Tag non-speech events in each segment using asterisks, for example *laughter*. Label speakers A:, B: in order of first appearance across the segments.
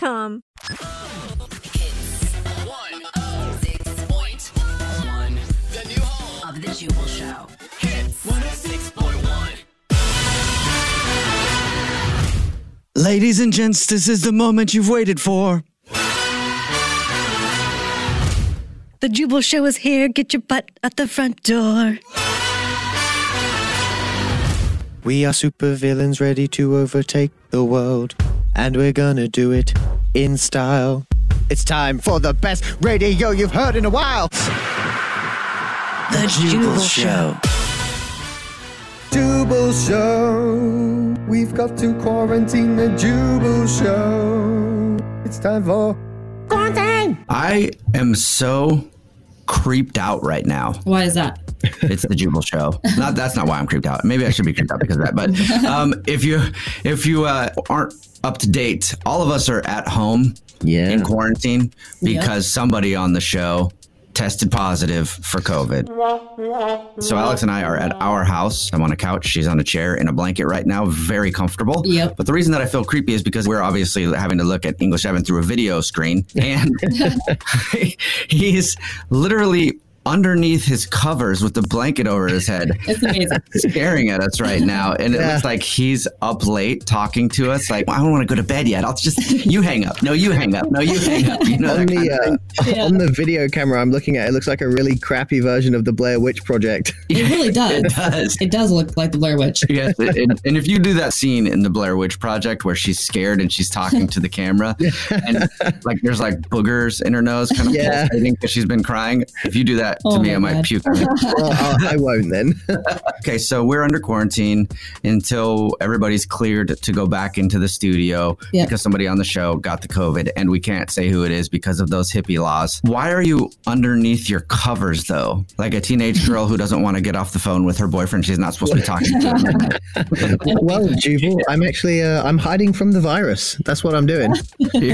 A: Hits.com.
B: The new home of the Jubal Show. Hits 106.1.
C: Ladies and gents, this is the moment you've waited for.
D: The Jubal Show is here. Get your butt at the front door.
E: We are supervillains ready to overtake the world, and we're gonna do it in style. It's time for the best radio you've heard in a while.
C: The Jubal Show.
E: Jubal Show. We've got to quarantine the Jubal Show. It's time for quarantine.
F: I am so creeped out right now.
G: Why is that?
F: It's the Jubal Show. Not that's not why I'm creeped out. Maybe I should be creeped out because of that.
G: *laughs*
F: But um, if you if you uh, aren't up to date, all of us are at home
E: Yeah.
F: in quarantine
G: Yep.
F: because somebody on the show tested positive for COVID. So Alex and I are at our house. I'm on a couch. She's on a chair in a blanket right now, very comfortable.
G: Yep.
F: But the reason that I feel creepy is because we're obviously having to look at English Evan through a video screen, and *laughs* he's literally underneath his covers with the blanket over his head
G: *laughs* It's amazing.
F: staring at us right now and it
E: Yeah.
F: looks like he's up late talking to us like i don't want to go to bed yet i'll just you hang up no you hang up no you hang up you know
H: on
F: that kind *laughs*
H: the
F: of thing.
H: uh, on the video camera I'm looking at, it looks like a really crappy version of the Blair Witch Project.
G: It
H: *laughs*
G: really does.
F: *laughs* it does
G: It does look like the Blair Witch.
F: yes it- it- and if you do that scene in the blair witch project where she's scared and she's talking to the
G: *laughs*
F: camera and like there's like boogers in her nose kind of
H: Yeah.
F: pulsating because she's been crying if you do that to
G: Oh
F: me
G: my
F: i might
G: God.
F: puke
G: *laughs*
H: Well, Uh, I, I won't then. *laughs*
F: Okay, so we're under quarantine until everybody's cleared to go back into the studio
G: Yeah.
F: because somebody on the show got the COVID and we can't say who it is because of those hippie laws. Why are you underneath your covers though? Like a teenage girl who doesn't want to get off the phone with her boyfriend she's not supposed to be talking to.
H: *laughs* well, Jubal, I'm actually uh, I'm hiding from the virus. That's what I'm
G: *laughs*
H: doing.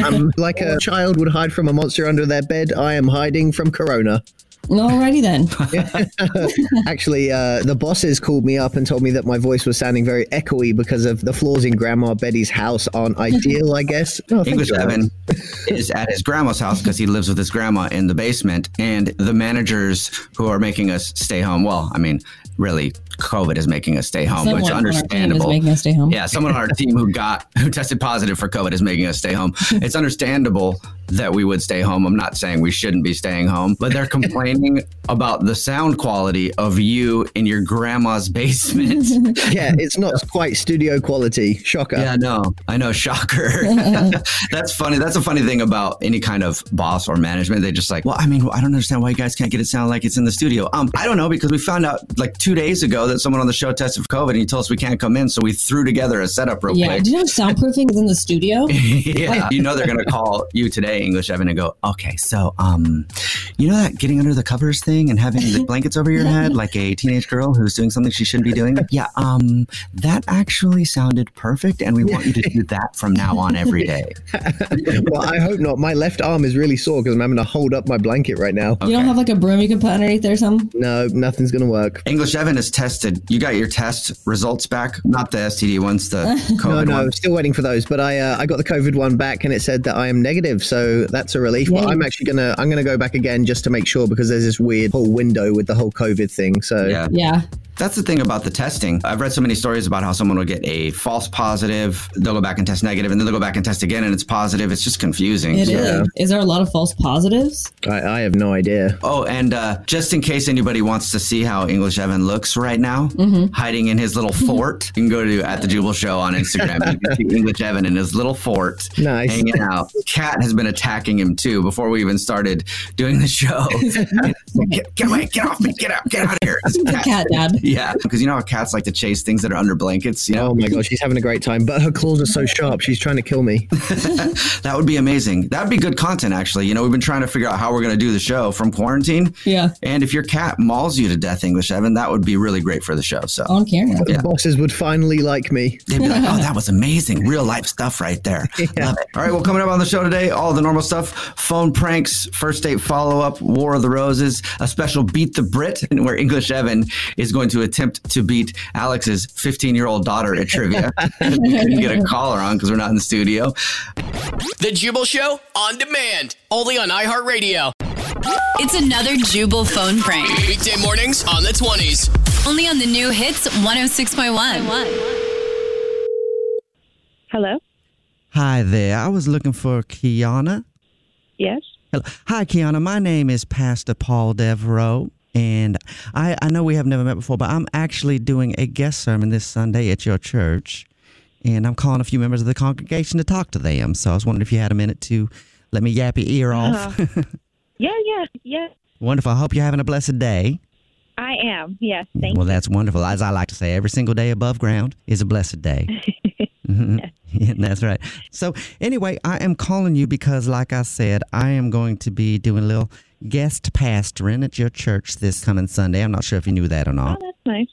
H: I'm like a child would hide from a monster under their bed. I am hiding from Corona.
G: Alrighty then.
H: *laughs* Actually, uh, the bosses called me up and told me that my voice was sounding very echoey because of the floors in Grandma Betty's house aren't ideal. I
G: *laughs*
H: guess. Oh, thank
F: English
H: you, Alex.
F: Evan is at his grandma's house because he lives with his grandma in the basement. And the managers who are making us stay home, well, I mean, really, COVID is making us stay home,
G: Someone
F: which
G: on our team is
F: understandable.
G: making us stay home.
F: Yeah, someone on our team who got *laughs* who tested positive for COVID is making us stay home. It's understandable that we would stay home. I'm not saying we shouldn't be staying home, but they're complaining *laughs* about the sound quality of you in your grandma's basement.
H: *laughs* yeah, it's not quite studio quality. Shocker.
F: Yeah, no, I know.
H: *laughs*
F: Shocker. *laughs* That's funny. That's a funny thing about any kind of boss or management. They just like, well, I mean, I don't understand why you guys can't get it sound like it's in the studio. Um, I don't know because we found out like two days ago that someone on the show tested for COVID and he told us we can't come in, so we threw together a setup real
G: yeah.
F: quick.
G: Do you know soundproofing is in the
F: *laughs*
G: studio?
F: yeah, you know they're gonna call you today, English Evan, and go, okay, so um, you know that getting under the covers thing and having the blankets
H: *laughs*
F: over your head like a teenage girl who's doing something she shouldn't be doing. Yeah, um, that actually sounded perfect, and we want you to
H: *laughs*
F: do that from now on every day.
H: well, I hope not. My left arm is really sore because I'm having to hold up my blanket right now.
G: You don't have like a broom you can put underneath there or something?
H: No, nothing's gonna work.
F: English Evan is tested. You got your test results back, not the STD ones, the
H: *laughs* No,
F: COVID
H: no,
F: ones.
H: still waiting for those. But I, uh, I got the COVID one back, and it said that I am negative, so that's a relief. But
G: Yay.
H: I'm actually gonna, I'm gonna go back again just to make sure because there's this weird whole window with the whole COVID thing. So
F: Yeah.
G: Yeah.
F: That's the thing about the testing. I've read so many stories about how someone will get a false positive, they'll go back and test negative, and then they'll go back and test again, and it's positive. It's just confusing.
G: It is. Is there a lot of false positives?
H: I, I have no idea.
F: Oh, and uh, just in case anybody wants to see how English Evan looks right now,
G: Mm-hmm.
F: hiding in his little fort, you can go to at the Jubal Show on Instagram. and you can see English Evan in his little fort,
H: Nice.
F: hanging out. Cat has been attacking him too before we even started doing the show. *laughs* get, get away! Get off me! Get out! Get out of
G: *laughs*
F: here! This cat-
G: Cat dad.
F: *laughs* Yeah, because you know how cats like to chase things that are under blankets. You know,
H: Oh my god, she's having a great time, but her claws are so sharp. She's trying to kill me.
F: *laughs* that would be amazing. That would be good content, actually. You know, we've been trying to figure out how we're going to do the show from quarantine.
G: Yeah.
F: And if your cat mauls you to death, English Evan, that would be really great for the show. So
G: On camera.
F: Yeah.
H: The bosses would finally like me.
F: they'd
H: *laughs*
F: be like, oh,
G: *laughs*
F: that was amazing. Real life stuff right there. Love it. All right. Well, coming up on the show today, all the normal stuff phone pranks, first date follow up, War of the Roses, a special Beat the Brit, *laughs* where English Evan is going to attempt to beat Alex's 15 year old daughter at trivia. *laughs* we couldn't get a caller on because we're not in the studio.
B: The Jubal Show on demand, only on iHeartRadio.
I: It's another Jubal phone prank.
B: Weekday mornings on the 20s.
I: Only on the new hits 106.1.
J: Hello.
C: Hi there. I was looking for Kiana.
J: Yes.
C: Hello. Hi, Kiana. My name is Pastor Paul Devereaux, and I, I know we have never met before, but I'm actually doing a guest sermon this Sunday at your church, and I'm calling a few members of the congregation to talk to them. So I was wondering if you had a minute to let me yap your ear
J: Uh-huh.
C: off.
J: Uh, Yeah, yeah, yeah.
C: *laughs* wonderful. I hope you're having a blessed day.
J: I am. Yes. Thank
C: well, that's wonderful. As I like to say, every single day above ground is a blessed
J: *laughs*
C: day. Mhm. *laughs* Yeah, that's right. So, anyway, I am calling you because, like I said, I am going to be doing a little guest pastoring at your church this coming Sunday. I'm not sure if you knew that or
J: Oh,
C: not.
J: that's nice.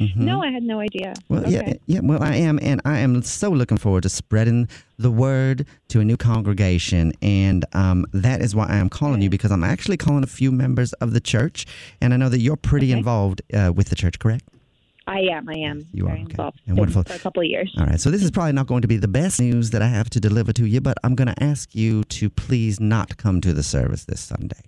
C: Mhm.
J: No, I had no idea.
C: Well, yeah,
J: okay.
C: yeah. Well, I am, and I am so looking forward to spreading the word to a new congregation, and um, that is why I am calling you because I'm actually calling a few members of the church, and I know that you're pretty involved uh, with the church, correct?
J: I am. I am.
C: You
J: very
C: are, okay.
J: involved.
C: And
J: Been
C: wonderful. Uh.
J: For a couple of years.
C: All right, so this is probably not going to be the best news that I have to deliver to you, but I'm going to ask you to please not come to the service this Sunday.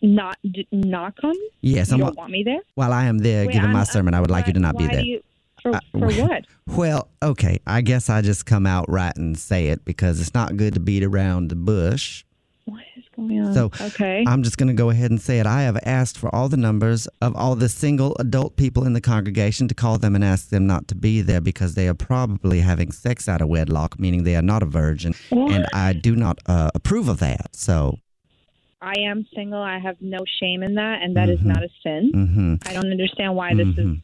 J: Not d- not come.
C: Yes,
J: You
C: I'm-
J: don't want me there.
C: While I am there
J: Wait,
C: giving my
J: I'm-
C: sermon, I would like you to not be
J: Why
C: there. Uh,
J: do you? For,
C: I- *laughs*
J: for what?
C: Well, okay, I guess I just come out right and say it because it's not good to beat around the bush.
J: What is going on?
C: So
J: okay.
C: I'm just going to go ahead and say it. I have asked for all the numbers of all the single adult people in the congregation to call them and ask them not to be there because they are probably having sex out of wedlock, meaning they are not a virgin, and I do not uh, approve of that. So,
J: I am single. I have no shame in that, and that is
C: Mhm.
J: not a sin.
C: hmm
J: I don't understand why this is.
C: Mhm.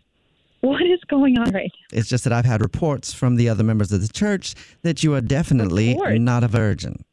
J: What is going on right
C: it's just that I've had reports from the other members of the church that you are definitely
J: Reports?
C: not a virgin.
J: now?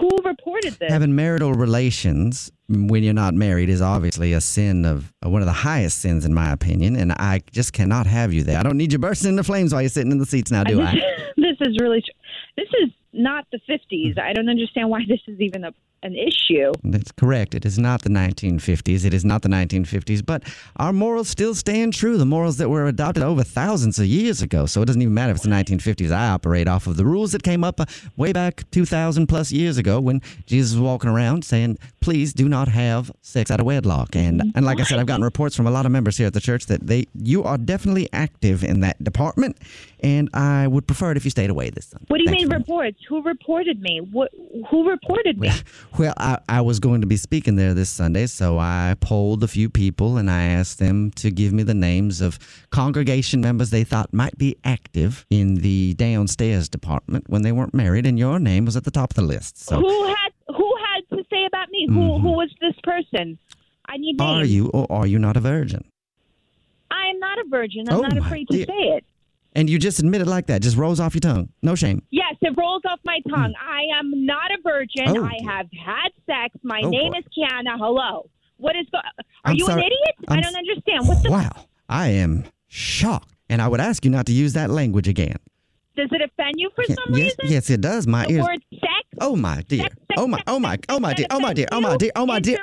J: Who reported this?
C: Having marital relations when you're not married is obviously a sin of uh, one of the highest sins, in my opinion. And I just
J: *laughs*
C: cannot have you there. I don't need you bursting into flames while you're sitting in the seats now, do I?
J: this is really. Tr- this is not the 50s.
C: Mm.
J: I don't understand why this is even a, an issue.
C: That's correct. It is not the 1950s. It is not the 1950s. But our morals still stand true. The morals that were adopted over thousands of years ago. So it doesn't even matter if it's the 1950s. I operate off of the rules that came up uh, way back 2,000 plus years ago when Jesus was walking around saying, "Please do not have sex out of wedlock." And
J: Mm-hmm.
C: and like I said, I've gotten reports from a lot of members here at the church that they you are definitely active in that department. And I would prefer it if you stayed away this Sunday.
J: What do you
C: Thank
J: mean reports? Who reported me? What, who reported me?
C: Well, I, I was going to be speaking there this Sunday, so I polled a few people and I asked them to give me the names of congregation members they thought might be active in the downstairs department when they weren't married, and your name was at the top of the list. So, Mm-hmm.
J: Who had who had to say about me? Who who was this person? I need names.
C: are you or are you not a virgin?
J: I am not a virgin. I'm
C: Oh,
J: not
C: my
J: afraid to
C: dear.
J: say it.
C: And you just admit it like that, just rolls off your tongue. No shame.
J: Yes, it rolls off my tongue. I am not a virgin.
C: Hmm. Oh,
J: I have had sex. My
C: Oh,
J: name
C: boy.
J: is Kiana. Hello. What is go- Are
C: I'm
J: you
C: sorry.
J: an idiot? I
C: I'm
J: don't
C: s-
J: understand. What the
C: Wow, I am shocked, and I would ask you not to use that language again.
J: does it offend you for
C: Yeah,
J: some
C: yes,
J: reason?
C: yes, it does. My
J: the
C: ears.
J: word sex.
C: Oh my dear. Oh my. Oh my. Oh my dear. Oh my dear. Oh my dear. Oh my dear.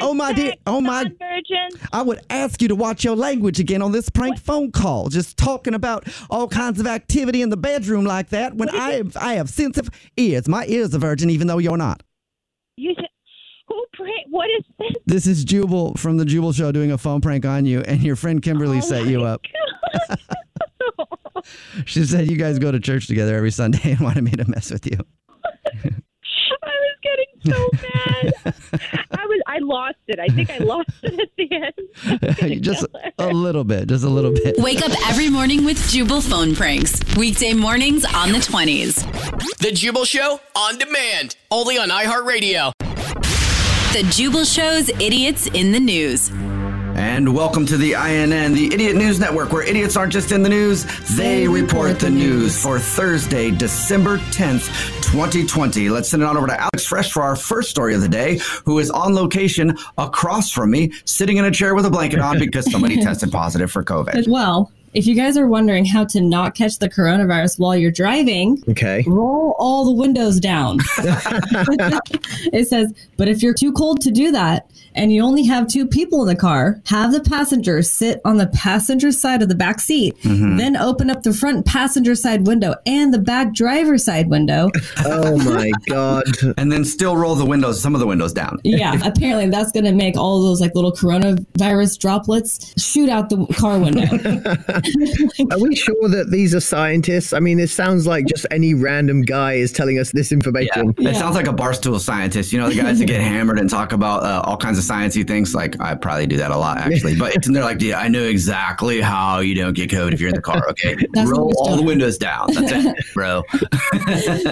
C: Oh my dear. Oh my.
J: Virgin.
C: I would ask you to watch your language again on this prank phone call. Just talking about all kinds of activity in the bedroom like that. When I have, I have sensitive ears. My ears are virgin, even though you're not.
J: You should, who pray? What is this?
C: This is Jubal from the Jubal Show doing a phone prank on you, and your friend Kimberly
J: Oh,
C: set you
J: *laughs*
C: up. *laughs* she said you guys go to church together every Sunday and wanted me to mess with you.
J: I was getting so mad. I was. I lost it. I think I lost it at the
C: *laughs*
J: end.
C: just a little bit. Just a little bit.
I: Wake up every morning with Jubal phone pranks. Weekday mornings on the 20s.
B: The Jubal Show on demand, only on iHeartRadio.
I: The Jubal Show's Idiots in the News.
F: And welcome to the INN, the Idiot News Network, where idiots aren't just in the news, they report the news for Thursday, December 10th, 2020. Let's send it on over to Alex Fresh for our first story of the day, who is on location across from me, sitting in a chair with a blanket on because somebody
C: *laughs*
F: tested positive for COVID.
G: But, well, if you guys are wondering how to not catch the coronavirus while you're driving,
H: Okay.
G: roll all the windows
F: *laughs*
G: down. it says, but if you're too cold to do that and you only have two people in the car, have the passenger sit on the passenger side of the back seat,
F: Mm-hmm.
H: Mhm.
G: then open up the front passenger side window and the back driver's side window.
F: *laughs*
H: Oh my god.
F: And then still roll the windows, some of the windows down.
G: Yeah,
F: *laughs*
G: apparently that's going to make all those like little coronavirus droplets shoot out the
F: *laughs*
G: car window.
H: Are we sure that these are scientists? I mean, it sounds like just any random guy is telling us this information.
F: It sounds like a barstool scientist. You know, the guys that get hammered and talk about uh, all kinds of sciencey things. Like I probably do that a lot, actually. But it's, and they're like, "Yeah, I know exactly how you don't get COVID if you're in the car. Okay,
G: That's
F: roll
G: what
F: all the windows down. That's it, bro."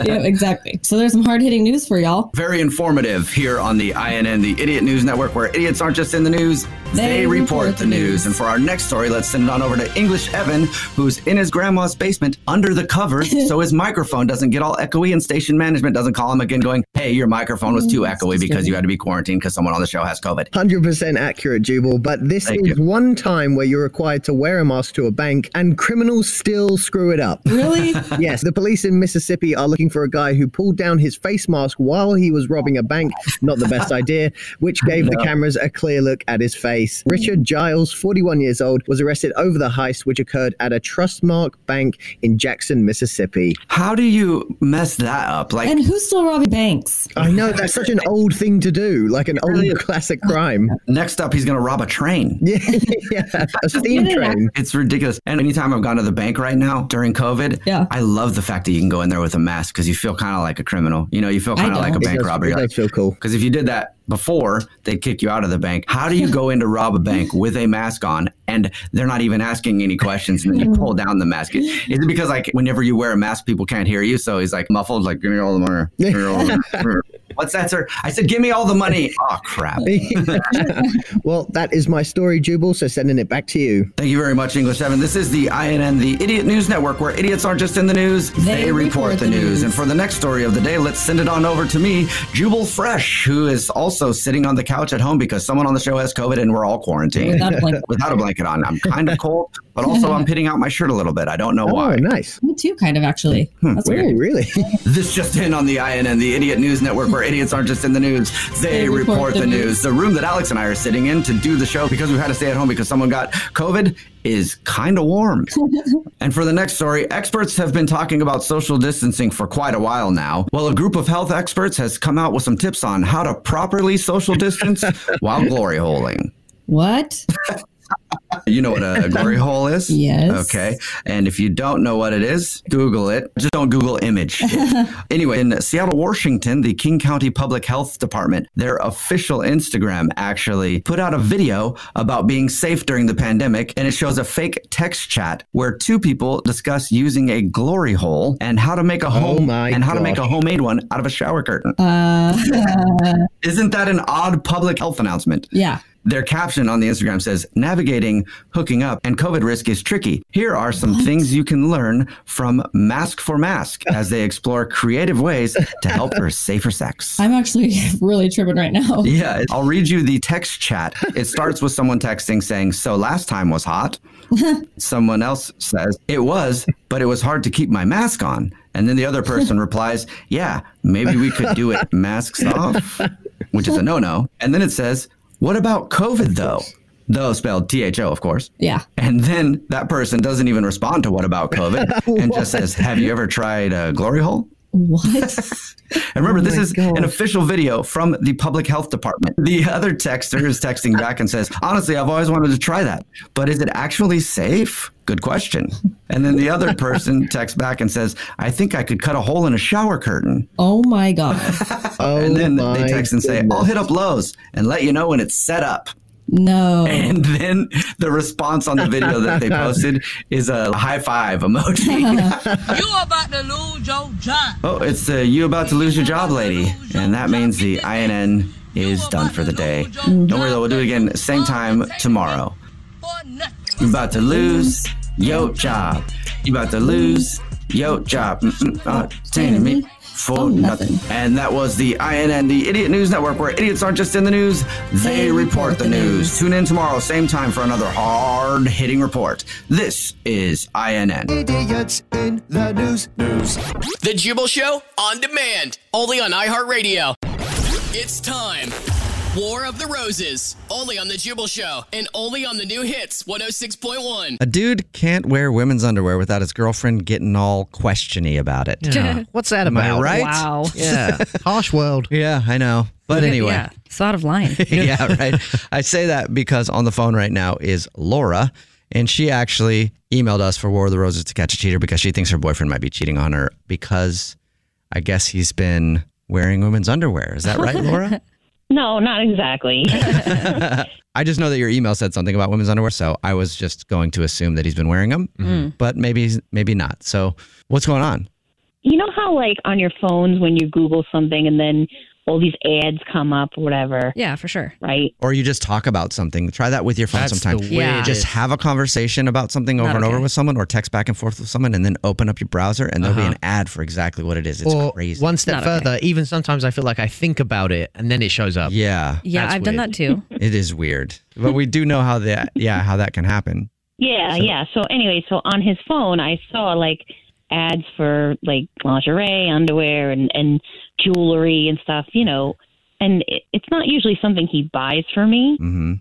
G: yeah, exactly. So there's some hard hitting news for y'all.
F: Very informative here on the INN, the Idiot News Network, where idiots aren't just in the news, they,
G: They
F: report,
G: report
F: the news. And for our next story, let's send it on over to English Evan, who's in his grandma's basement under the *laughs* covers, so his microphone doesn't get all echoey and station management doesn't call him again, going, Hey, your microphone was too echoey because you had to be quarantined because someone on the show has COVID.
H: 100% accurate, Jubal, but this is one time where you're required to wear a mask to a bank and criminals still screw it up.
G: Really?
H: *laughs* yes, the police in Mississippi are looking for a guy who pulled down his face mask while he was robbing a bank. Not the best idea, which gave the cameras a clear look at his face. Richard Giles, 41 years old, was arrested over the heist, which occurred at a Trustmark bank in Jackson, Mississippi.
F: How do you mess that up? Like,
G: And who's still robbing banks?
H: I know that's such an old thing to do, like an old classic crime.
F: Next up, he's going to rob a train.
H: Yeah, *laughs* yeah, a steam train.
F: It's ridiculous. And anytime I've gone to the bank right now during COVID,
G: Yeah.
F: I love the fact that you can go in there with a mask because you feel kind of like a criminal. You know, you feel
G: I
F: kind of
G: know.
F: like a
G: It
F: bank
H: does-
F: robber.
H: it does feel cool.
F: Because if you did that before, they'd kick you out of the bank. How do you go in to rob a bank with a mask on and they're not even asking any questions and then you pull down the mask? Is it because like whenever you wear a mask, people can't hear you? So he's like muffled, like, give me all the money. Give me all the
H: *laughs*
F: money." What's that, sir? I said, give me all the money. Oh, crap.
H: well, that is my story, Jubal, so sending it back to you.
F: Thank you very much, English Evan. This is the INN, the Idiot News Network, where idiots aren't just in the news, they, report, the news. And for the next story of the day, let's send it on over to me, Jubal Fresh, who is also sitting on the couch at home because someone on the show has COVID and we're all quarantined. *laughs*
G: Without a blanket.
F: Without a blanket on. I'm kind of cold, But also, *laughs* I'm pitting out my shirt a little bit. I don't know why.
H: Oh,
F: Hmm.
H: Nice.
G: Me too, kind of actually. That's weird.
H: Really?
G: *laughs*
F: this just in on the INN, the Idiot News Network, where idiots aren't just in the news, they,
G: They
F: report,
G: report
F: the,
G: the
F: news. The room that Alex and I are sitting in to do the show because we've had to stay at home because someone got COVID is kind of *laughs* warm. and for the next story, experts have been talking about social distancing for quite a while now. Well, a group of health experts has come out with some tips on how to properly social *laughs* distance while glory holing.
G: What?
F: You know what a, a Uh, glory hole is? Uh,
G: Yes.
F: Okay. And if you don't know what it is, Google it. Just don't Google
G: *laughs*
F: image. it. anyway, in Seattle, Washington, the King County Public Health Department, their official Instagram actually put out a video about being safe during the pandemic. And it shows a fake text chat where two people discuss using a glory hole and how to make a home and how to make a homemade one out of a shower curtain.
G: Uh,
F: Isn't that an odd public health announcement?
G: yeah.
F: Their caption on the Instagram says, Navigating hooking up and COVID risk is tricky. Here are some things you can learn from Mask for Mask as they explore creative ways to help for safer sex.
G: I'm actually *laughs* really tripping right now.
F: *laughs* Yeah, I'll read you the text chat. It starts with someone texting saying, So last time was hot. Someone else says, It was, but it was hard to keep my mask on. And then the other person replies, Yeah, maybe we could do it masks off, which is a no no. And then it says, What about COVID though? Though spelled T H O, of course.
G: Yeah.
F: And then that person doesn't even respond to what about COVID and just says, Have you ever tried a glory hole?
J: *laughs*
G: What?
F: And remember,
G: Oh
F: this
G: my
F: is an official video from the public health department. The other texter is texting back and says, Honestly, I've always wanted to try that, but is it actually safe? Good question. And then the other person texts back and says, I think I could cut a hole in a shower curtain.
G: Oh my god.
H: Oh,
F: and then
H: my
F: they text and say, I'll hit up Lowe's and let you know when it's set up.
G: No.
F: And then the response on the video that they posted is a high five *laughs* emoji.
B: you about to lose your job.
F: Oh, it's uh, you about to lose your job, lady. And that means the INN is done for the day. Don't worry though, we'll do it again same time tomorrow. You about to lose your job. You about to lose your job. Mm-mm, uh, Entertaining me for Oh, nothing. And that was the INN, the Idiot News Network, where idiots aren't just in the news, they report the news. Tune in tomorrow, same time, for another hard hitting report. This is INN.
E: Idiots in the news. News.
B: The Jubal Show on demand, only on iHeartRadio. It's time. War of the Roses, only on The Jubal Show, and only on the new hits 106.1.
C: A dude can't wear women's underwear without his girlfriend getting all questiony about it.
K: Yeah. *laughs* What's that
C: Am I
K: about?
C: right?
K: Wow.
C: *laughs* Yeah.
K: *laughs* Harsh world.
C: Yeah, I know. But anyway.
K: Yeah, it's out of line.
C: *laughs* yeah, right. I say that because on the phone right now is Laura, and she actually emailed us for War of the Roses to catch a cheater because she thinks her boyfriend might be cheating on her because I guess he's been wearing women's underwear. Is that right,
K: *laughs*
C: Laura?
L: *laughs* No, not exactly. *laughs*
C: I just know that your email said something about women's underwear, so I was just going to assume that he's been wearing them,
L: Mhm.
C: but maybe he's- maybe not. So what's going on?
L: you know how, like, on your phones when you Google something and then all these ads come up or whatever?
K: Yeah, for sure.
L: Right?
C: Or you just talk about something. Try that with your phone
K: That's the
C: sometime.
K: way Yeah. it
C: Just
K: is.
C: have a conversation about something over
K: Not
C: and over
K: okay.
C: with someone, or text back and forth with someone, and then open up your browser, and there'll
K: Uh-huh.
C: be an ad for exactly what it is. It's
K: Or
C: crazy.
K: one step Not okay. further,
C: even sometimes I feel like I think about it, and then it shows up. Yeah,
K: Yeah, I've done that too.
C: it is weird, but we do know how that. Yeah, how that can happen.
L: *laughs* Yeah, yeah. So, anyway, so on his phone, I saw, like, ads for, like, lingerie, underwear, and, and jewelry and stuff, you know. And it, it's not usually something he buys for me.
C: Mm-hmm.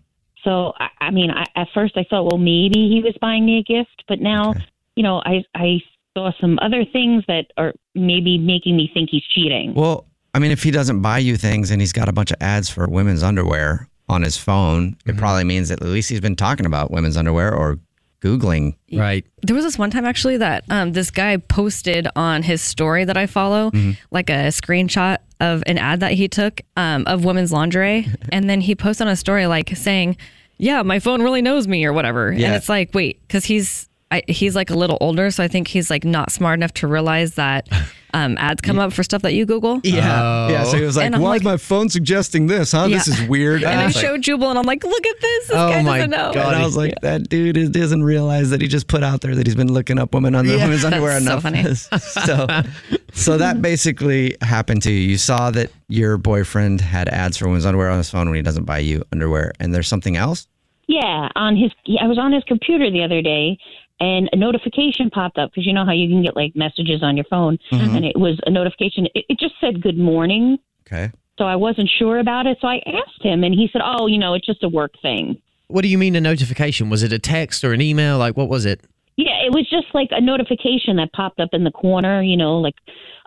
L: So I, I mean, I, at first I thought, well, maybe he was buying me a gift, but now, you know, I I saw some other things that are maybe making me think he's cheating.
C: Well, I mean, if he doesn't buy you things and he's got a bunch of ads for women's underwear on his phone,
K: Mm-hmm.
C: it probably means that at least he's been talking about women's underwear or Googling. Right.
K: There was this one time actually that um, this guy posted on his story that I follow,
C: Mhm.
K: like a screenshot of an ad that he took um, of
C: *laughs*
K: women's lingerie. and then he posted on a story like saying, Yeah, my phone really knows me or whatever. And
M: Yeah.
K: it's like, wait, because he's. I, he's like a little older, so I think he's like not smart enough to
C: *laughs*
K: realize that um, ads come up for stuff that you Google.
C: Yeah. So he was like,
K: Oh. And I'm
C: why is my phone suggesting this? Huh? This
K: Yeah.
C: is weird.
K: And
C: I
K: I
C: was like, "Oh
K: showed Jubal, and I'm like, look at this. This guy doesn't know.
C: And I was like, that dude is- doesn't realize that he just put out there that he's been looking up women under
K: Yeah.
C: women's underwear
K: That's so
C: enough.
K: funny.
C: *laughs* so, so that basically happened to you. You saw that your boyfriend had ads for women's underwear on his phone when he doesn't buy you underwear, and there's something else.
L: Yeah, on his, yeah, I was on his computer the other day, and a notification popped up because you know how you can get like messages on your phone,
F: Mhm.
L: and it was a notification. It, it just said "Good morning,"
F: Okay.
L: so I wasn't sure about it. So I asked him, and he said, "Oh, you know, it's just a work thing."
H: What do you mean a notification? Was it a text or an email? Like, what was it?
L: Yeah, it was just like a notification that popped up in the corner, you know, like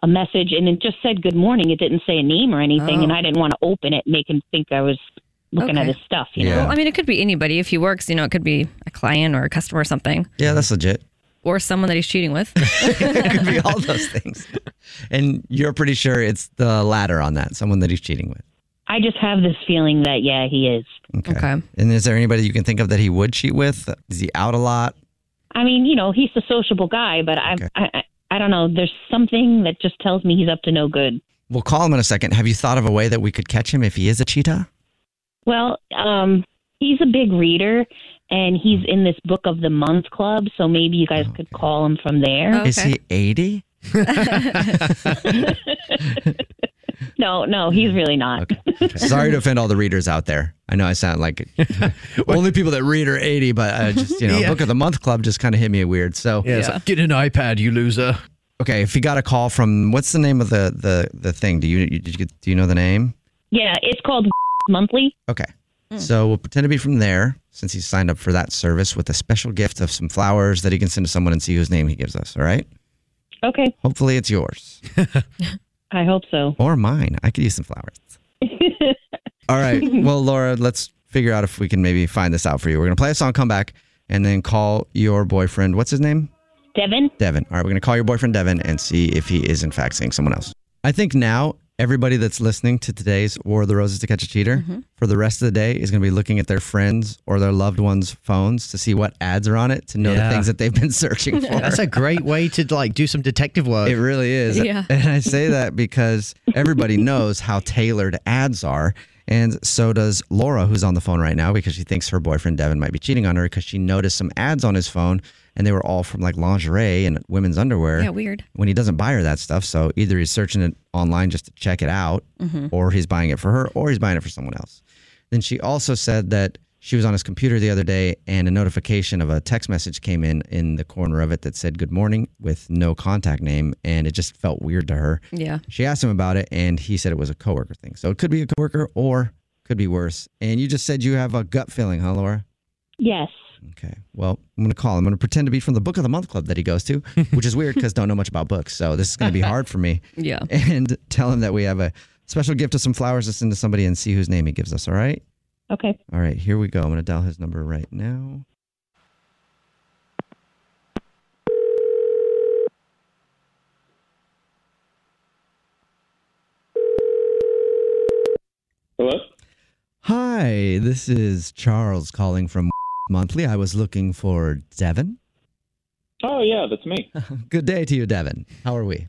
L: a message, and it just said "Good morning." It didn't say a name or anything,
G: Oh.
L: and I didn't want to open it, and make him think I was looking at
G: Okay.
L: his stuff. You know,
G: Well, I mean, it could be anybody. If he works, you know, it could be a client or a customer or something,
F: Yeah, that's legit.
G: or someone that he's cheating with.
F: *laughs* It could be all those things. And you're pretty sure it's the latter on that, someone that he's cheating with.
L: I just have this feeling that yeah, he is.
F: Okay. And is there anybody you can think of that he would cheat with? Is he out a lot?
L: I mean, you know, he's a sociable guy, but I, I, I, I don't know. There's something that just tells me he's up to no good.
F: We'll call him in a second. Have you thought of a way that we could catch him if he is a cheetah?
L: Well, um, he's a big reader, and
F: Hmm.
L: he's in this book of the month club. So maybe you guys could call him from there.
F: Oh, Is he 80?
L: No, no, he's really not. *laughs*
F: Sorry to offend all the readers out there. I know I sound
H: *laughs*
F: like only people that read are 80, but uh, just, you know,
H: Yeah.
F: Book of the Month Club just kind of hit me weird. So,
H: Yeah, it's like, get an iPad, you loser.
F: okay, if you got a call from, what's the name of the, the, the thing? Do you, you, did you get- do you know the name?
L: Yeah, it's called *laughs* monthly.
F: Okay.
G: Hmm.
L: Hmm.
F: So we'll pretend to be from there since he's signed up for that service with a special gift of some flowers that he can send to someone and see whose name he gives us. All right.
L: Okay,
F: Hopefully it's yours
L: I hope so.
F: or mine. I could use some flowers. All right. Well, Laura, let's figure out if we can maybe find this out for you. We're going to play a song, come back, and then call your boyfriend. What's his name?
L: Devin.
F: Devin. All right. We're going to call your boyfriend, Devin, and see if he is, in fact, seeing someone else. I think now everybody that's listening to today's War of the Roses to Catch a Cheater
H: Mm-hmm.
F: for the rest of the day is going to be looking at their friends or their loved ones' phones to see what ads are on it to know
H: Yeah.
F: the things that they've been *laughs* searching for.
H: *laughs* That's a great way to like do some detective work.
F: It really is.
H: Yeah.
F: *laughs* And I say that because
H: *laughs*
F: everybody knows how tailored ads are. And so does Laura, who's on the phone right now because she thinks her boyfriend Devin might be cheating on her because she noticed some ads on his phone and they were all from like lingerie and women's underwear.
G: Yeah, weird.
F: When he doesn't buy her that stuff. So either he's searching it online just to check it out
G: Mhm.
F: or he's buying it for her or he's buying it for someone else. Then she also said that she was on his computer the other day and a notification of a text message came in in the corner of it that said good morning with no contact name and it just felt weird to her.
G: Yeah.
F: She asked him about it and he said it was a coworker thing. So it could be a coworker or could be worse. And you just said you have a gut feeling, huh, Laura?
L: Yes.
F: Okay. Well, I'm going to call him. I'm going to pretend to be from the book of the month club that he goes to, which is weird because don't know much about books. So this is going to be hard for me.
G: Yeah.
F: And tell him that we have a special gift of some flowers to send to somebody and see whose name he gives us. All right.
L: Okay.
F: All right. Here we go. I'm going to dial his number right now.
N: Hello?
F: Hi, this is Charles calling from Monthly. I was looking for Devin. *laughs*
N: Oh, yeah, that's me.
F: Good day to you, Devin. How are we?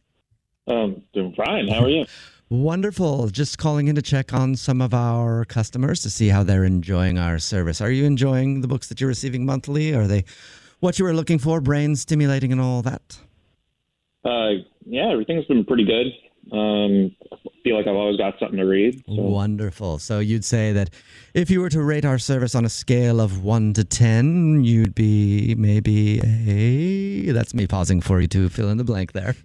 N: Um, doing fine. How are you?
F: Wonderful. Just calling in to check on some of our customers to see how they're enjoying our service. Are you enjoying the books that you're receiving monthly? Are they what you were looking for, brain stimulating and all that?
N: Uh, yeah, everything's been pretty good. Um, feel like I've always got something to read.
F: Wonderful. So you'd say that if you were to rate our service on a scale of 1 to 10, you'd be maybe a That's me pausing for you to fill in the blank there.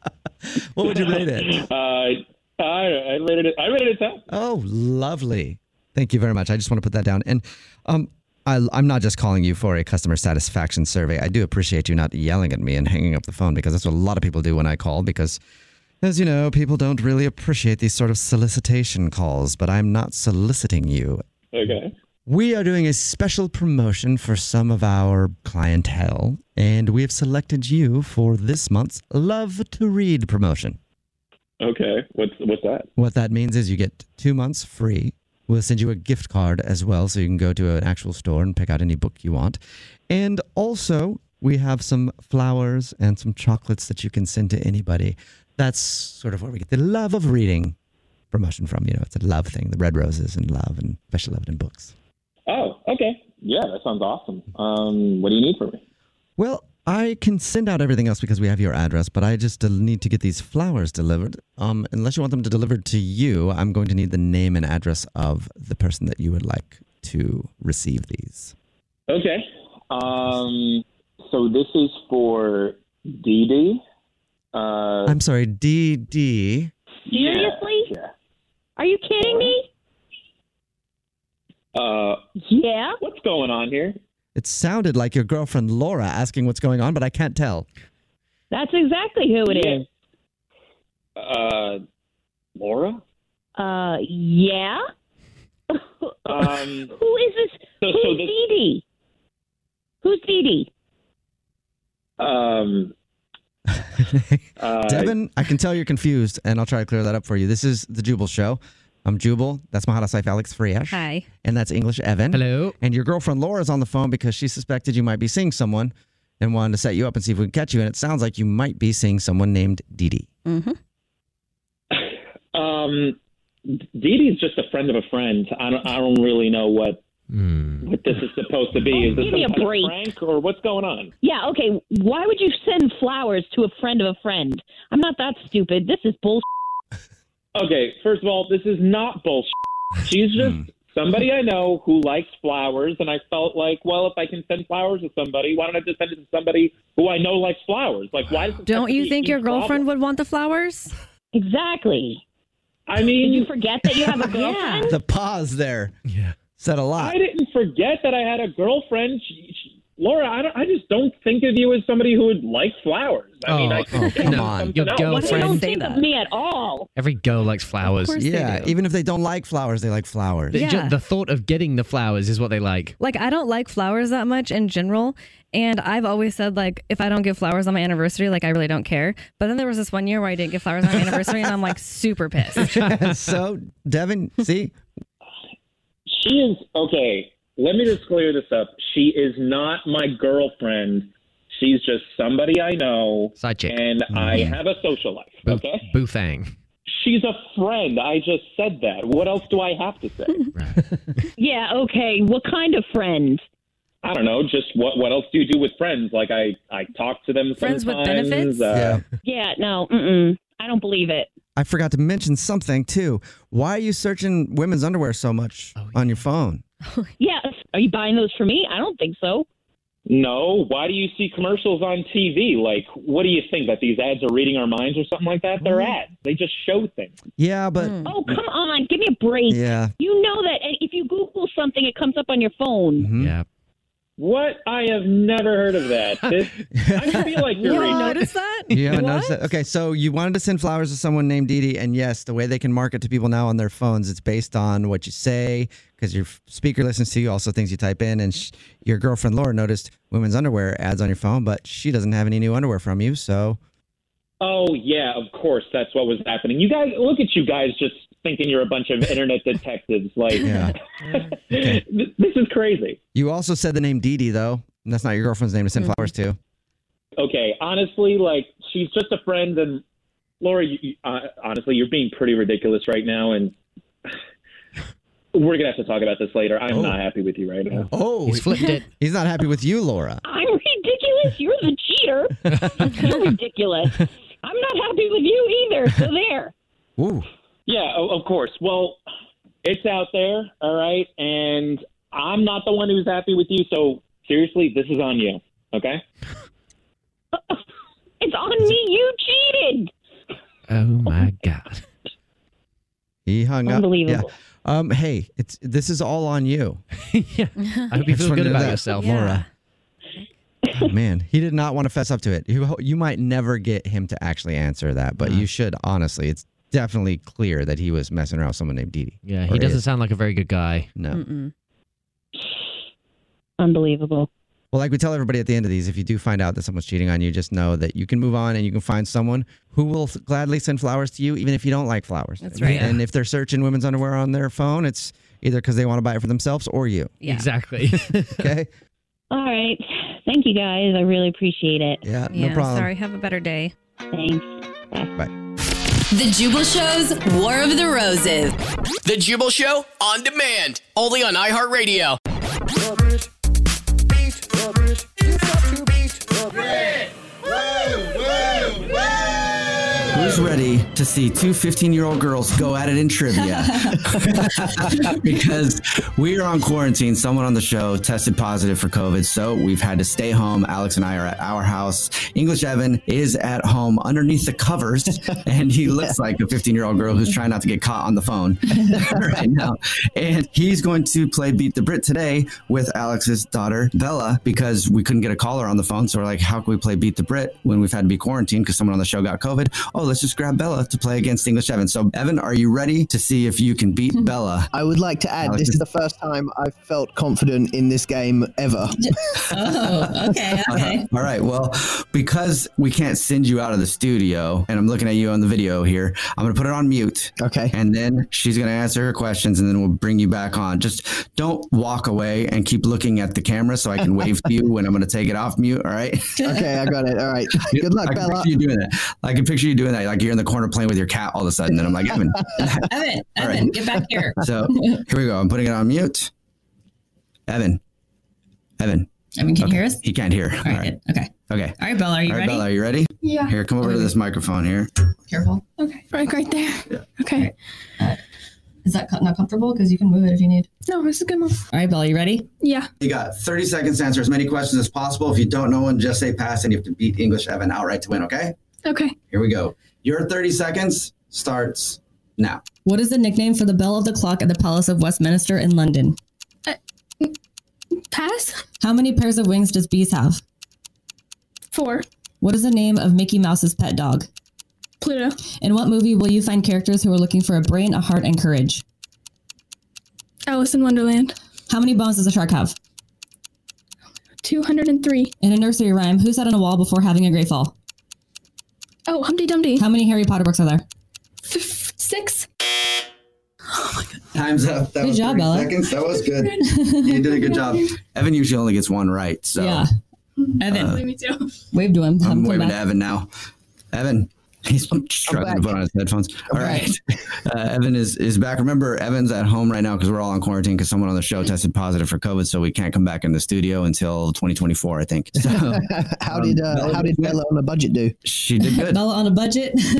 F: *laughs* what would you rate it?
N: *laughs* Uh, I, I rated it. I rated it ten.
F: Oh, lovely. Thank you very much. I just want to put that down. And um, I, I'm not just calling you for a customer satisfaction survey. I do appreciate you not yelling at me and hanging up the phone because that's what a lot of people do when I call because. As you know, people don't really appreciate these sort of solicitation calls, but I'm not soliciting you.
N: Okay.
F: We are doing a special promotion for some of our clientele, and we have selected you for this month's Love to Read promotion.
N: Okay. What's what's that?
F: What that means is you get two months free. We'll send you a gift card as well, so you can go to an actual store and pick out any book you want. And also, we have some flowers and some chocolates that you can send to anybody. That's sort of where we get the love of reading promotion from. You know, it's a love thing, the red roses and love and special love in books.
N: Oh, okay. Yeah, that sounds awesome. Um, what do you need from me?
F: Well, I can send out everything else because we have your address, but I just del- need to get these flowers delivered. Um, unless you want them to delivered to you, I'm going to need the name and address of the person that you would like to receive these?
N: Okay. Um, so this is for DD. Uh,
F: I'm sorry, DD.
O: Seriously? Are you kidding me?
N: Uh,
O: yeah.
N: What's going on here?
F: It sounded like your girlfriend Laura asking what's going on, but I can't tell.
O: That's exactly who it is.
N: Uh, Laura?
O: Uh, yeah. *laughs*
N: Um,
O: Who is this?
N: So- so
O: Who's
N: this-
O: Dee Dee? Who's Dee Dee?
N: um, uh,
F: Devin, I can tell you're confused, and I'll try to clear that up for you. This is the Jubal Show. I'm Jubal. That's my hot wife, Alex Friash.
G: Hi.
F: And that's English Evan. Hello. And your girlfriend Laura's on the phone because she suspected you might be seeing someone and wanted to set you up and see if we can catch you. And it sounds like you might be seeing someone named Dee Dee.
G: Mm-hmm.
N: Um, Dee Dee's just a friend of a friend. I don't. I don't really know what what this is supposed to be.
L: Oh,
N: is this
L: give
N: some
L: me a
N: kind of
L: break.
N: prank or what's going on?
L: Yeah, okay. Why would you send flowers to a friend of a friend? I'm not that stupid. This is bullshit.
N: Okay, first of all, this is not bullshit. She's
P: Hmm.
N: just somebody I know who likes flowers, and I felt like, well, if I can send flowers to somebody, why don't I just send it to somebody who I know likes flowers? Like, why does it have
G: Don't
N: to
G: you
N: be
G: think
N: huge
G: your girlfriend
N: problem?
G: would want the flowers?
L: Exactly.
N: I mean,
L: Did you forget that you have a girlfriend?
F: The pause there yeah. said a lot.
N: I didn't forget that I had a girlfriend. She, she, Laura, I, don't, I just don't think of you as somebody who would like flowers. I mean, I
P: oh,
N: think
P: come
N: of
P: on.
N: something
P: Your
N: else.
P: girlfriend- They don't
L: think of me *laughs* at all.
P: Every girl likes flowers.
F: yeah, even if they don't like flowers, they like flowers.
P: The, ju-
G: Yeah.
P: the thought of getting the flowers is what they like.
G: Like I don't like flowers that much in general, and I've always said like if I don't get flowers on my anniversary, like I really don't care. But then there was this one year where I didn't get flowers on my anniversary, and I'm like super pissed.
F: *laughs* *laughs* so, Devin, see,
N: She is okay. Let me just clear this up. She is not my girlfriend. She's just somebody I know,
P: Side chick.
N: and I
P: Mhm.
N: have a social life.
P: Boo,
N: Okay,
P: Boofang.
N: she's a friend. I just said that. What else do I
P: *laughs*
N: have to say?
L: Yeah, okay. What kind of friend?
N: I don't know. Just what? What else do you do with friends? Like I, I talk to them.
L: Friends with
N: sometimes,
L: benefits?
N: Uh,
L: Yeah, no. Mm-mm. I don't believe it.
F: I forgot to mention something too. Why are you searching women's underwear so much
P: Oh,
F: on your phone?
L: Yeah. Are you buying those for me? I don't think so.
N: No. Why do you see commercials on TV? Like, what do you think that these ads are reading our minds or something like that?
L: Mm-hmm.
N: They're ads. They just show things.
F: Yeah, but
G: Hmm.
L: Oh, come on. Give me a break.
F: Yeah.
L: You know that if you Google something, it comes up on your phone.
F: Mm-hmm.
P: Yeah.
N: What? I have never heard of
F: *laughs*
N: that. This, I
L: *laughs*
N: feel like you're
G: You
N: a-
G: notice that?
F: You haven't noticed that? Okay, so you wanted to send flowers to someone named Dee Dee, and yes, the way they can market to people now on their phones, it's based on what you say because your f- speaker listens to you, also things you type in. And sh- your girlfriend Laura noticed women's underwear ads on your phone, but she doesn't have any new underwear from you, so
N: Oh yeah, of course. That's what was happening. You guys, look at you guys, just thinking you're a bunch of internet detectives.
P: *laughs*
N: Like,
F: Yeah.
N: Th- *laughs* this is crazy.
F: you also said the name Dee Dee though, and that's not your girlfriend's name to send flowers to.
N: Okay, honestly, like she's just a friend, and Laura, you, you- uh, honestly, you're being pretty ridiculous right now, and we're gonna have to talk about this later. I'm not happy with you right now.
F: Oh,
P: Oh. he's flipped it.
F: *laughs* He's not happy with you, Laura.
L: I'm ridiculous. You're the cheater.
F: *laughs*
L: You're ridiculous. I'm not happy with you either. So there.
F: Ooh.
N: Yeah, o- of course. Well, it's out there, all right, and I'm not the one who's happy with you. So seriously, this is on you. Okay.
L: It's on me. You cheated.
P: Oh my God.
F: He hung up.
L: Unbelievable.
F: Yeah. Um, hey, it's this is all on you.
P: *laughs* yeah. I hope you
F: Just
P: feel good
F: wanted to
P: about
F: let
P: yourself.
F: Laura. Oh, man, he did not want to fess up to it. You, you might never get him to actually answer that,
P: Uh-huh.
F: but you should honestly. It's definitely clear that he was messing around with someone named Dee Dee.
P: Yeah,
F: Or
P: he doesn't
F: is.
P: sound like a very good guy.
F: No.
L: Unbelievable.
F: Well, like we tell everybody at the end of these, if you do find out that someone's cheating on you, just know that you can move on and you can find someone who will f- gladly send flowers to you, even if you don't like flowers.
G: That's right.
F: And if they're searching women's underwear on their phone, it's either because they want to buy it for themselves or you.
G: Yeah. *laughs*
P: Exactly.
F: okay.
L: All right. Thank you guys. I really appreciate it.
F: Yeah,
G: Yeah.
F: no problem.
G: Sorry. Have a better day.
L: Thanks.
I: The Jubal Show's War of the Roses.
B: The Jubal Show on demand, only on iHeartRadio.
E: Who's
F: was ready to see two 15 year old girls go at it in trivia because we are on quarantine. Someone on the show tested positive for COVID, so we've had to stay home. Alex and I are at our house. English Evan is at home underneath the covers, *laughs* and he looks like a 15 year old girl who's trying not to get caught on the phone *laughs* right now. And he's going to play Beat the Brit today with Alex's daughter, Bella, because we couldn't get a caller on the phone. So we're like, how can we play Beat the Brit when we've had to be quarantined because someone on the show got COVID? Oh, let's just grab Bella to play against English Evan. So, Evan, are you ready to see if you can beat Bella?
H: I would like to add, this is the first time I've felt confident in this game ever.
F: oh, *laughs* okay, okay. All right. Well, because we can't send you out of the studio, and I'm looking at you on the video here, I'm going to put it on mute.
H: Okay.
F: And then she's going to answer her questions, and then we'll bring you back on. Just don't walk away and keep looking at the camera so I can wave to you when I'm going to take it off mute. All *laughs* right.
H: okay, I got it. All right. Good luck,
F: I can
H: Bella.
F: picture you doing that. I can picture you doing that. Like you're in the corner playing with your cat all of a sudden, and I'm like, Evan,
L: Evan,
F: Uh-huh. All right.
L: Evan, get back here. *laughs*
F: So here we go. I'm putting it on mute. Evan. Evan.
L: Evan can
F: okay.
L: hear us?
F: He can't hear. All right.
L: Okay.
F: Okay.
L: All right, Bella, are you
F: All
L: ready?
F: right, Bella, are you ready?
Q: Yeah.
F: Here, come over to this microphone here.
L: Careful.
Q: Okay. Right, right there. Okay.
L: Uh, Is that co- not comfortable? Because you can move it if you need.
Q: No, this is good enough.
L: All right, Bella, you ready?
Q: Yeah.
F: You got 30 seconds to answer as many questions as possible. If you don't know one, just say pass and you have to beat English Evan outright to win, okay?
Q: Okay.
F: Here we go. Your 30 seconds starts now.
G: What is the nickname for the bell of the clock at the Palace of Westminster in London?
Q: Uh, Pass.
G: How many pairs of wings does bees have?
Q: Four.
G: What is the name of Mickey Mouse's pet dog?
Q: Pluto.
G: In what movie will you find characters who are looking for a brain, a heart, and courage?
Q: Alice in Wonderland.
G: How many bones does a shark have?
Q: 203.
G: In a nursery rhyme, who sat on a wall before having a great fall?
Q: Oh, Humpty Dumpty.
G: How many Harry Potter books are there?
Q: Six.
F: Time's up. That
G: Good
F: was
G: job,
F: 30
G: Bella.
F: seconds. That was good. you did a good
G: *laughs*
F: job. Evan usually only gets one right. So
G: Yeah. Evan.
F: Uh,
Q: Me too.
G: Wave to him. Have
F: I'm
G: him come
F: waving to
G: back.
F: Evan now. Evan, *laughs* he's struggling to put on his headphones. All right.
H: *laughs*
F: *laughs* Uh, Evan is, is back. Remember, Evan's at home right now because we're all on quarantine because someone on the show tested positive for COVID. So we can't come back in the studio until 2024, I think. So
H: *laughs* *laughs*
F: um,
H: how did uh, how did Bella on a budget do?
F: she did good.
G: Bella on a budget. *laughs* she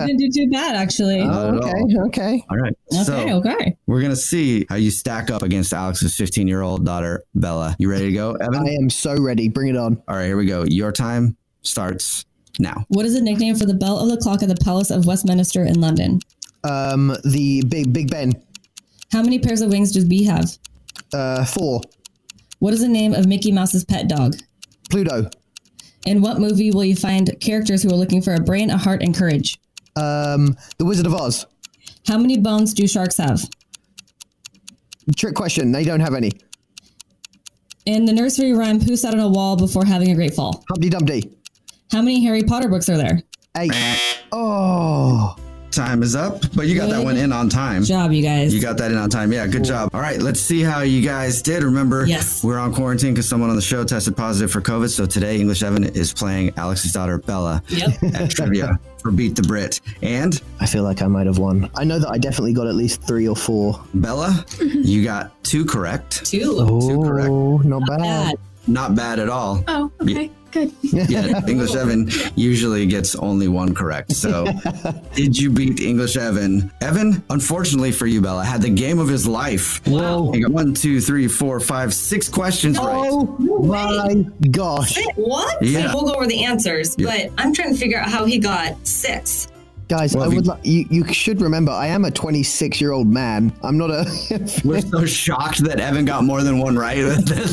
G: didn't do too bad, actually.
F: Not at all.
H: *laughs* okay.
F: All right. So
G: Okay, okay.
F: we're going to see how you stack up against Alex's 15 year old daughter, Bella. You ready to go, Evan?
H: I am so ready. Bring it on.
F: All right, here we go. Your time starts now.
G: What is the nickname for the bell of the clock at the Palace of Westminster in London?
H: Um, the big Big Ben.
G: How many pairs of wings does bee have?
H: Uh, four.
G: What is the name of Mickey Mouse's pet dog?
H: Pluto.
G: In what movie will you find characters who are looking for a brain, a heart, and courage?
H: Um, The Wizard of Oz.
G: How many bones do sharks have?
H: Trick question. They don't have any.
G: In the nursery rhyme, who sat on a wall before having a great fall?
H: Humpty Dumpty.
G: How many Harry Potter books are there?
H: Eight. Oh.
F: Time is up, but you got that one in on time.
G: Job, you guys.
F: You got that in on time. Yeah, good job. All right, let's see how you guys did. Remember,
G: Yes.
F: we're on quarantine because someone on the show tested positive for COVID. So today, English Evan is playing Alex's daughter, Bella,
G: Yep.
F: *laughs* at trivia for Beat the Brit. And
H: I feel like I might have won. I know that I definitely got at least three or four.
F: Bella, you got two correct.
G: Two.
H: Oh, not bad.
F: Not bad at all.
Q: Oh, okay. Good.
H: *laughs*
F: Yeah, English Evan usually gets only one correct. So, did you beat English Evan? Evan, unfortunately for you, Bella, had the game of his life.
H: Whoa.
F: He got one, two, three, four, five, six questions right.
H: Oh my gosh.
G: What?
F: Yeah.
G: We'll go over the answers,
F: Yeah.
G: but I'm trying to figure out how he got six.
H: Guys, I would like you, you should remember I am a 26 year old man. I'm not a *laughs*
F: We're so shocked that Evan got more than one right.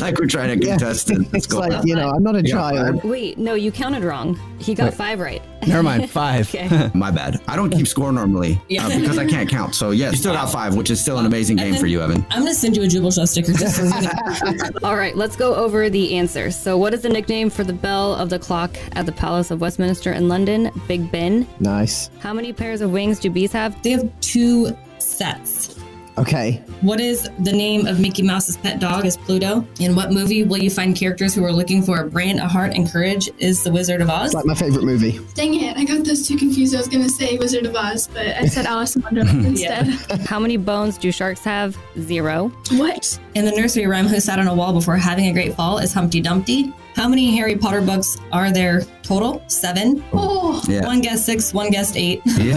F: *laughs* like we're trying to
H: Yeah.
F: contest it. Let's
H: it's
F: go.
H: like, you know, I'm not a
F: Yeah.
H: child.
R: Wait, no, you counted wrong. He got
F: Wait.
R: five right. *laughs*
F: Never
H: *laughs*
F: mind. Five. *laughs*
R: Okay.
F: My bad. I don't keep score normally
G: Yeah.
F: uh, because I can't count. So, yes, you still got five, which is still an amazing game for you,
H: *laughs*
F: Evan.
G: I'm gonna send you a Jubal Show sticker just for
R: *laughs* All right, let's go over the answers. So, what is the nickname for the bell of the clock at the Palace of Westminster in London? Big Ben.
H: Nice.
R: How many pairs of wings do bees have?
G: They have two sets.
H: Okay.
G: What is the name of Mickey Mouse's pet dog is Pluto? In what movie will you find characters who are looking for a brain, a heart, and courage is the Wizard of Oz?
H: It's like my favorite movie.
Q: Dang it. I got those two confused. I was going to say Wizard of Oz, but I said Alice in Wonderland instead.
R: How many *laughs* bones do sharks have? Zero.
Q: What?
G: In the nursery rhyme, who sat on a wall before having a great fall is Humpty Dumpty. How many Harry Potter books are there total? Seven. Oh,
F: Yeah.
G: one guessed six, one guessed eight.
H: *laughs*
F: Yeah.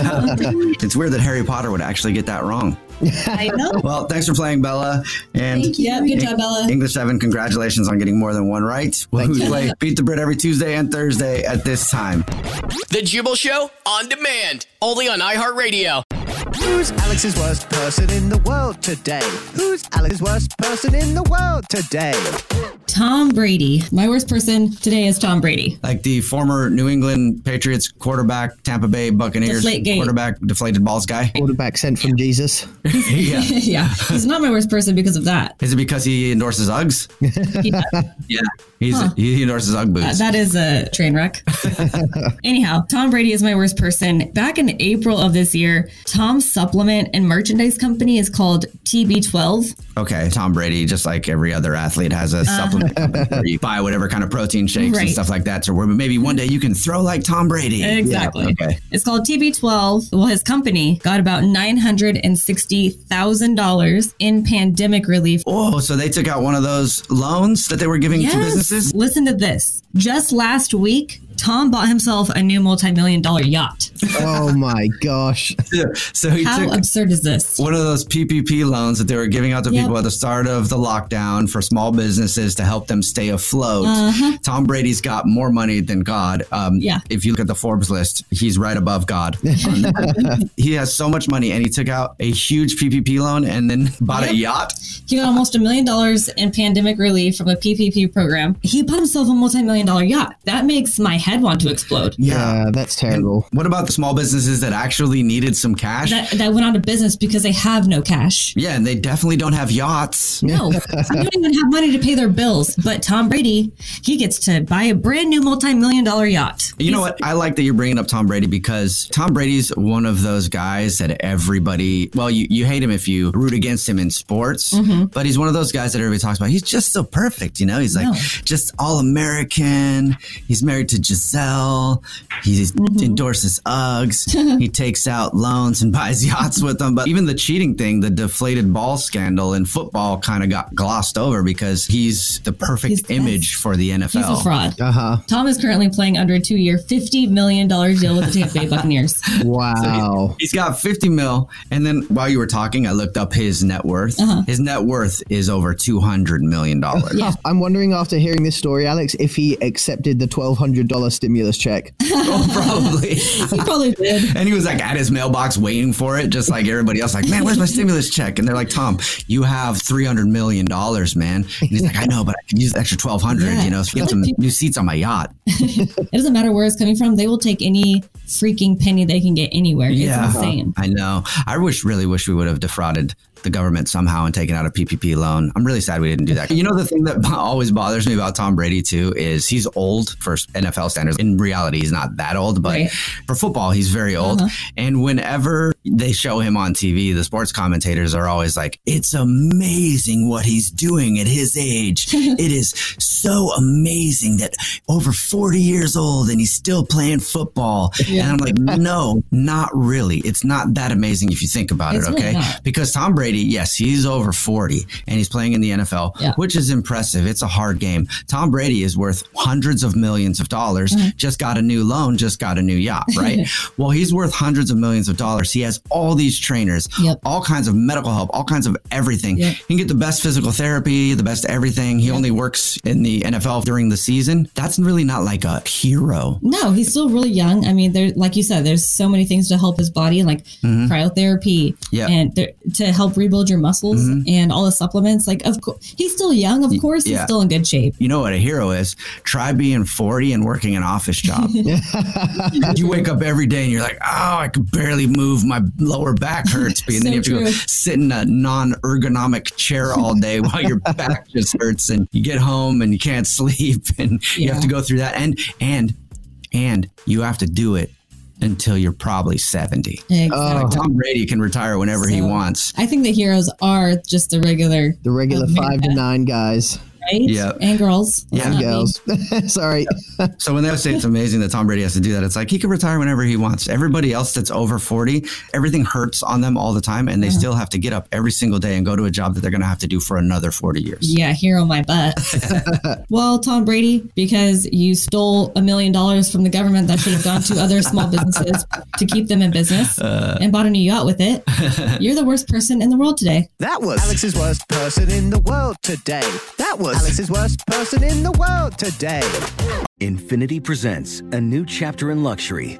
F: it's weird that Harry Potter would actually get that wrong.
G: *laughs* I know.
F: *laughs* Well, thanks for playing, Bella. And
G: Thank you. Yeah, good job, Bella.
F: English 7, congratulations on getting more than one right.
B: Thank
F: we
B: you.
G: *laughs*
F: play Beat the Brit every Tuesday and Thursday at this time.
B: The Jubal Show on demand, only on iHeartRadio.
E: Who's Alex's worst person in the world today? Who's Alex's worst person in the world today?
G: Tom Brady. My worst person today is Tom Brady.
F: Like the former New England Patriots quarterback, Tampa Bay Buccaneers
G: Deflategate.
F: quarterback, deflated balls guy.
H: Quarterback sent from Jesus.
F: *laughs* yeah.
G: *laughs* yeah. He's not my worst person because
H: *laughs*
G: of that.
F: Is it because he endorses Uggs?
G: Yeah.
F: Yeah. He's,
G: Huh.
F: He endorses Ugg
G: That-
F: boots.
G: that is a train wreck. *laughs* Anyhow, Tom Brady is my worst person. Back in April of this year, Tom's supplement and merchandise company is called TB12.
F: Okay, Tom Brady, just like every other athlete, has a supplement company where you buy whatever kind of protein shakes
G: Uh-huh. Right.
F: and stuff like that. So where maybe one day you can throw like Tom Brady.
G: Exactly.
F: Yeah, okay.
G: It's called TB12. Well, his company got about $960,000 in pandemic relief.
F: Oh, so they took out one of those loans that they were giving to businesses.
G: Listen to this. Just last week, Tom bought himself a new multi-million dollar yacht.
H: Oh my gosh!
F: *laughs* So he
G: How
F: took
G: absurd is this?
F: one of those PPP loans that they were giving out to
G: Yep.
F: people at the start of the lockdown for small businesses to help them stay afloat.
G: Uh-huh.
F: Tom Brady's got more money than God. Um,
G: Yeah.
F: If you look at the Forbes list, he's right above God. on
G: *laughs*
F: that. he has so much money, and he took out a huge PPP loan and then *laughs* bought a
G: Yep.
F: yacht.
G: He got almost a million dollars in pandemic relief from a PPP program. He bought himself a multi-million dollar yacht. That makes my head want to explode.
H: Yeah, that's terrible.
F: What about the small businesses that actually needed some cash?
G: That, that went out of business because they have no cash.
F: yeah, and they definitely don't have yachts. *laughs*
G: No, they don't even have money to pay their bills. But Tom Brady, he gets to buy a brand new multi-million dollar yacht.
F: You know what? I like that you're bringing up Tom Brady because Tom Brady's one of those guys that everybody, well, you, you hate him if you root against him in sports,
G: Mhm.
F: but he's one of those guys that everybody talks about. He's just so perfect, you know? He's like
G: No.
F: just all American. He's married to Giselle. He
G: Mm-hmm.
F: endorses
G: *laughs*
F: Uggs. he takes out loans and buys yachts with them. But even the cheating thing, the deflated ball scandal in football kind of got glossed over because he's the perfect
G: He's the
F: image for the NFL.
G: He's a fraud.
H: Uh huh.
G: Tom is currently playing under a two-year, fifty million dollar deal with the Tampa
F: *laughs*
G: Bay Buccaneers.
H: Wow.
F: He's got 50 mil. And then while you were talking, I looked up his net worth.
G: Uh-huh.
F: His net worth is over $200 million.
G: Yeah.
H: I'm wondering after hearing this story, Alex, if he accepted the $1,200 stimulus check.
F: *laughs* Oh, probably.
G: *laughs* He probably did.
F: And he was like at his mailbox waiting for it, just like everybody else. Like, man, where's my stimulus check? And they're like, Tom, you have three hundred million dollars, man. And he's like, I know, but I can use the extra twelve hundred. dollars
G: Yeah.
F: You know, to get some new seats on my yacht.
G: It doesn't matter where it's coming from. They will take any freaking penny they can get anywhere. It's insane.
F: I know. I wish, really wish we would have defrauded the government somehow and taken out a PPP loan. I'm really sad we didn't do that. You know, the thing that *laughs* bo- always bothers me about Tom Brady, too, is he's old for NFL standards. In reality, he's not that old, but
G: Right. Uh-huh.
F: for football, he's very old. And whenever they show him on TV, the sports commentators are always like, it's amazing what he's doing at his
G: *laughs*
F: age. it is so amazing that over 40 years old and he's still playing football. And I'm like, no, not really. It's not that amazing if you think about
G: It's
F: it,
G: really
F: okay?
G: not.
F: because Tom Brady, yes, he's over 40 and he's playing in the NFL,
G: Yeah.
F: which is impressive. It's a hard game. Tom Brady is worth hundreds of millions of dollars,
G: Mm-hmm.
F: just got a new loan, just got a new
G: *laughs*
F: yacht, right? well, he's worth hundreds of millions of dollars. He has all these trainers,
G: Yep.
F: all kinds of medical help, all kinds of everything.
G: Yep.
F: He can get the best physical therapy, the best everything. He only works in the NFL during the season. That's really not like a hero.
G: No, he's still really young. I mean, there, like you said, there's so many things to help his body, like
F: Mhm.
G: cryotherapy,
F: Yeah. Mm-hmm.
G: and there, to help rebuild your muscles and all the supplements. Like, of course, he's still young. Of course, he's
F: yeah. *laughs*
G: still *laughs* in good shape.
F: You know what a hero is? Try being 40 and working an office job. *laughs* you wake up every day and you're like, oh, I could barely move. My lower back hurts. And then you have
G: *laughs* So
F: to go
G: true.
F: sit in a non ergonomic chair all day while
G: *laughs*
F: your back just hurts. And you get home and you can't sleep. *laughs* And you have to go through that. And, and, and you have to do it until you're probably 70.
G: Exactly.
F: Tom Brady can retire whenever he
G: So-
F: wants.
G: I think the heroes are just the regular,
H: The regular
G: America.
H: five to nine guys.
F: Yeah.
G: And girls. It's not
H: *laughs*
G: me.
F: Sorry. so when they say it's amazing that Tom Brady has to do that, it's like he can retire whenever he wants. Everybody else that's over 40, everything hurts on them all the time, and they
G: Yeah.
F: still have to get up every single day and go to a job that they're going to have to do for another 40 years.
G: Yeah, here on
F: *laughs*
G: my butt. well, Tom Brady, because you stole a million dollars from the government that should have gone to other small businesses to keep them in
F: *laughs*
G: business
E: Uh.
G: and bought a new yacht with it, you're the worst person in the world today.
E: That was Alex's worst person in the world today. That was Alex's worst person in the world today.
S: Infinity presents a new chapter in luxury,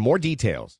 P: more details.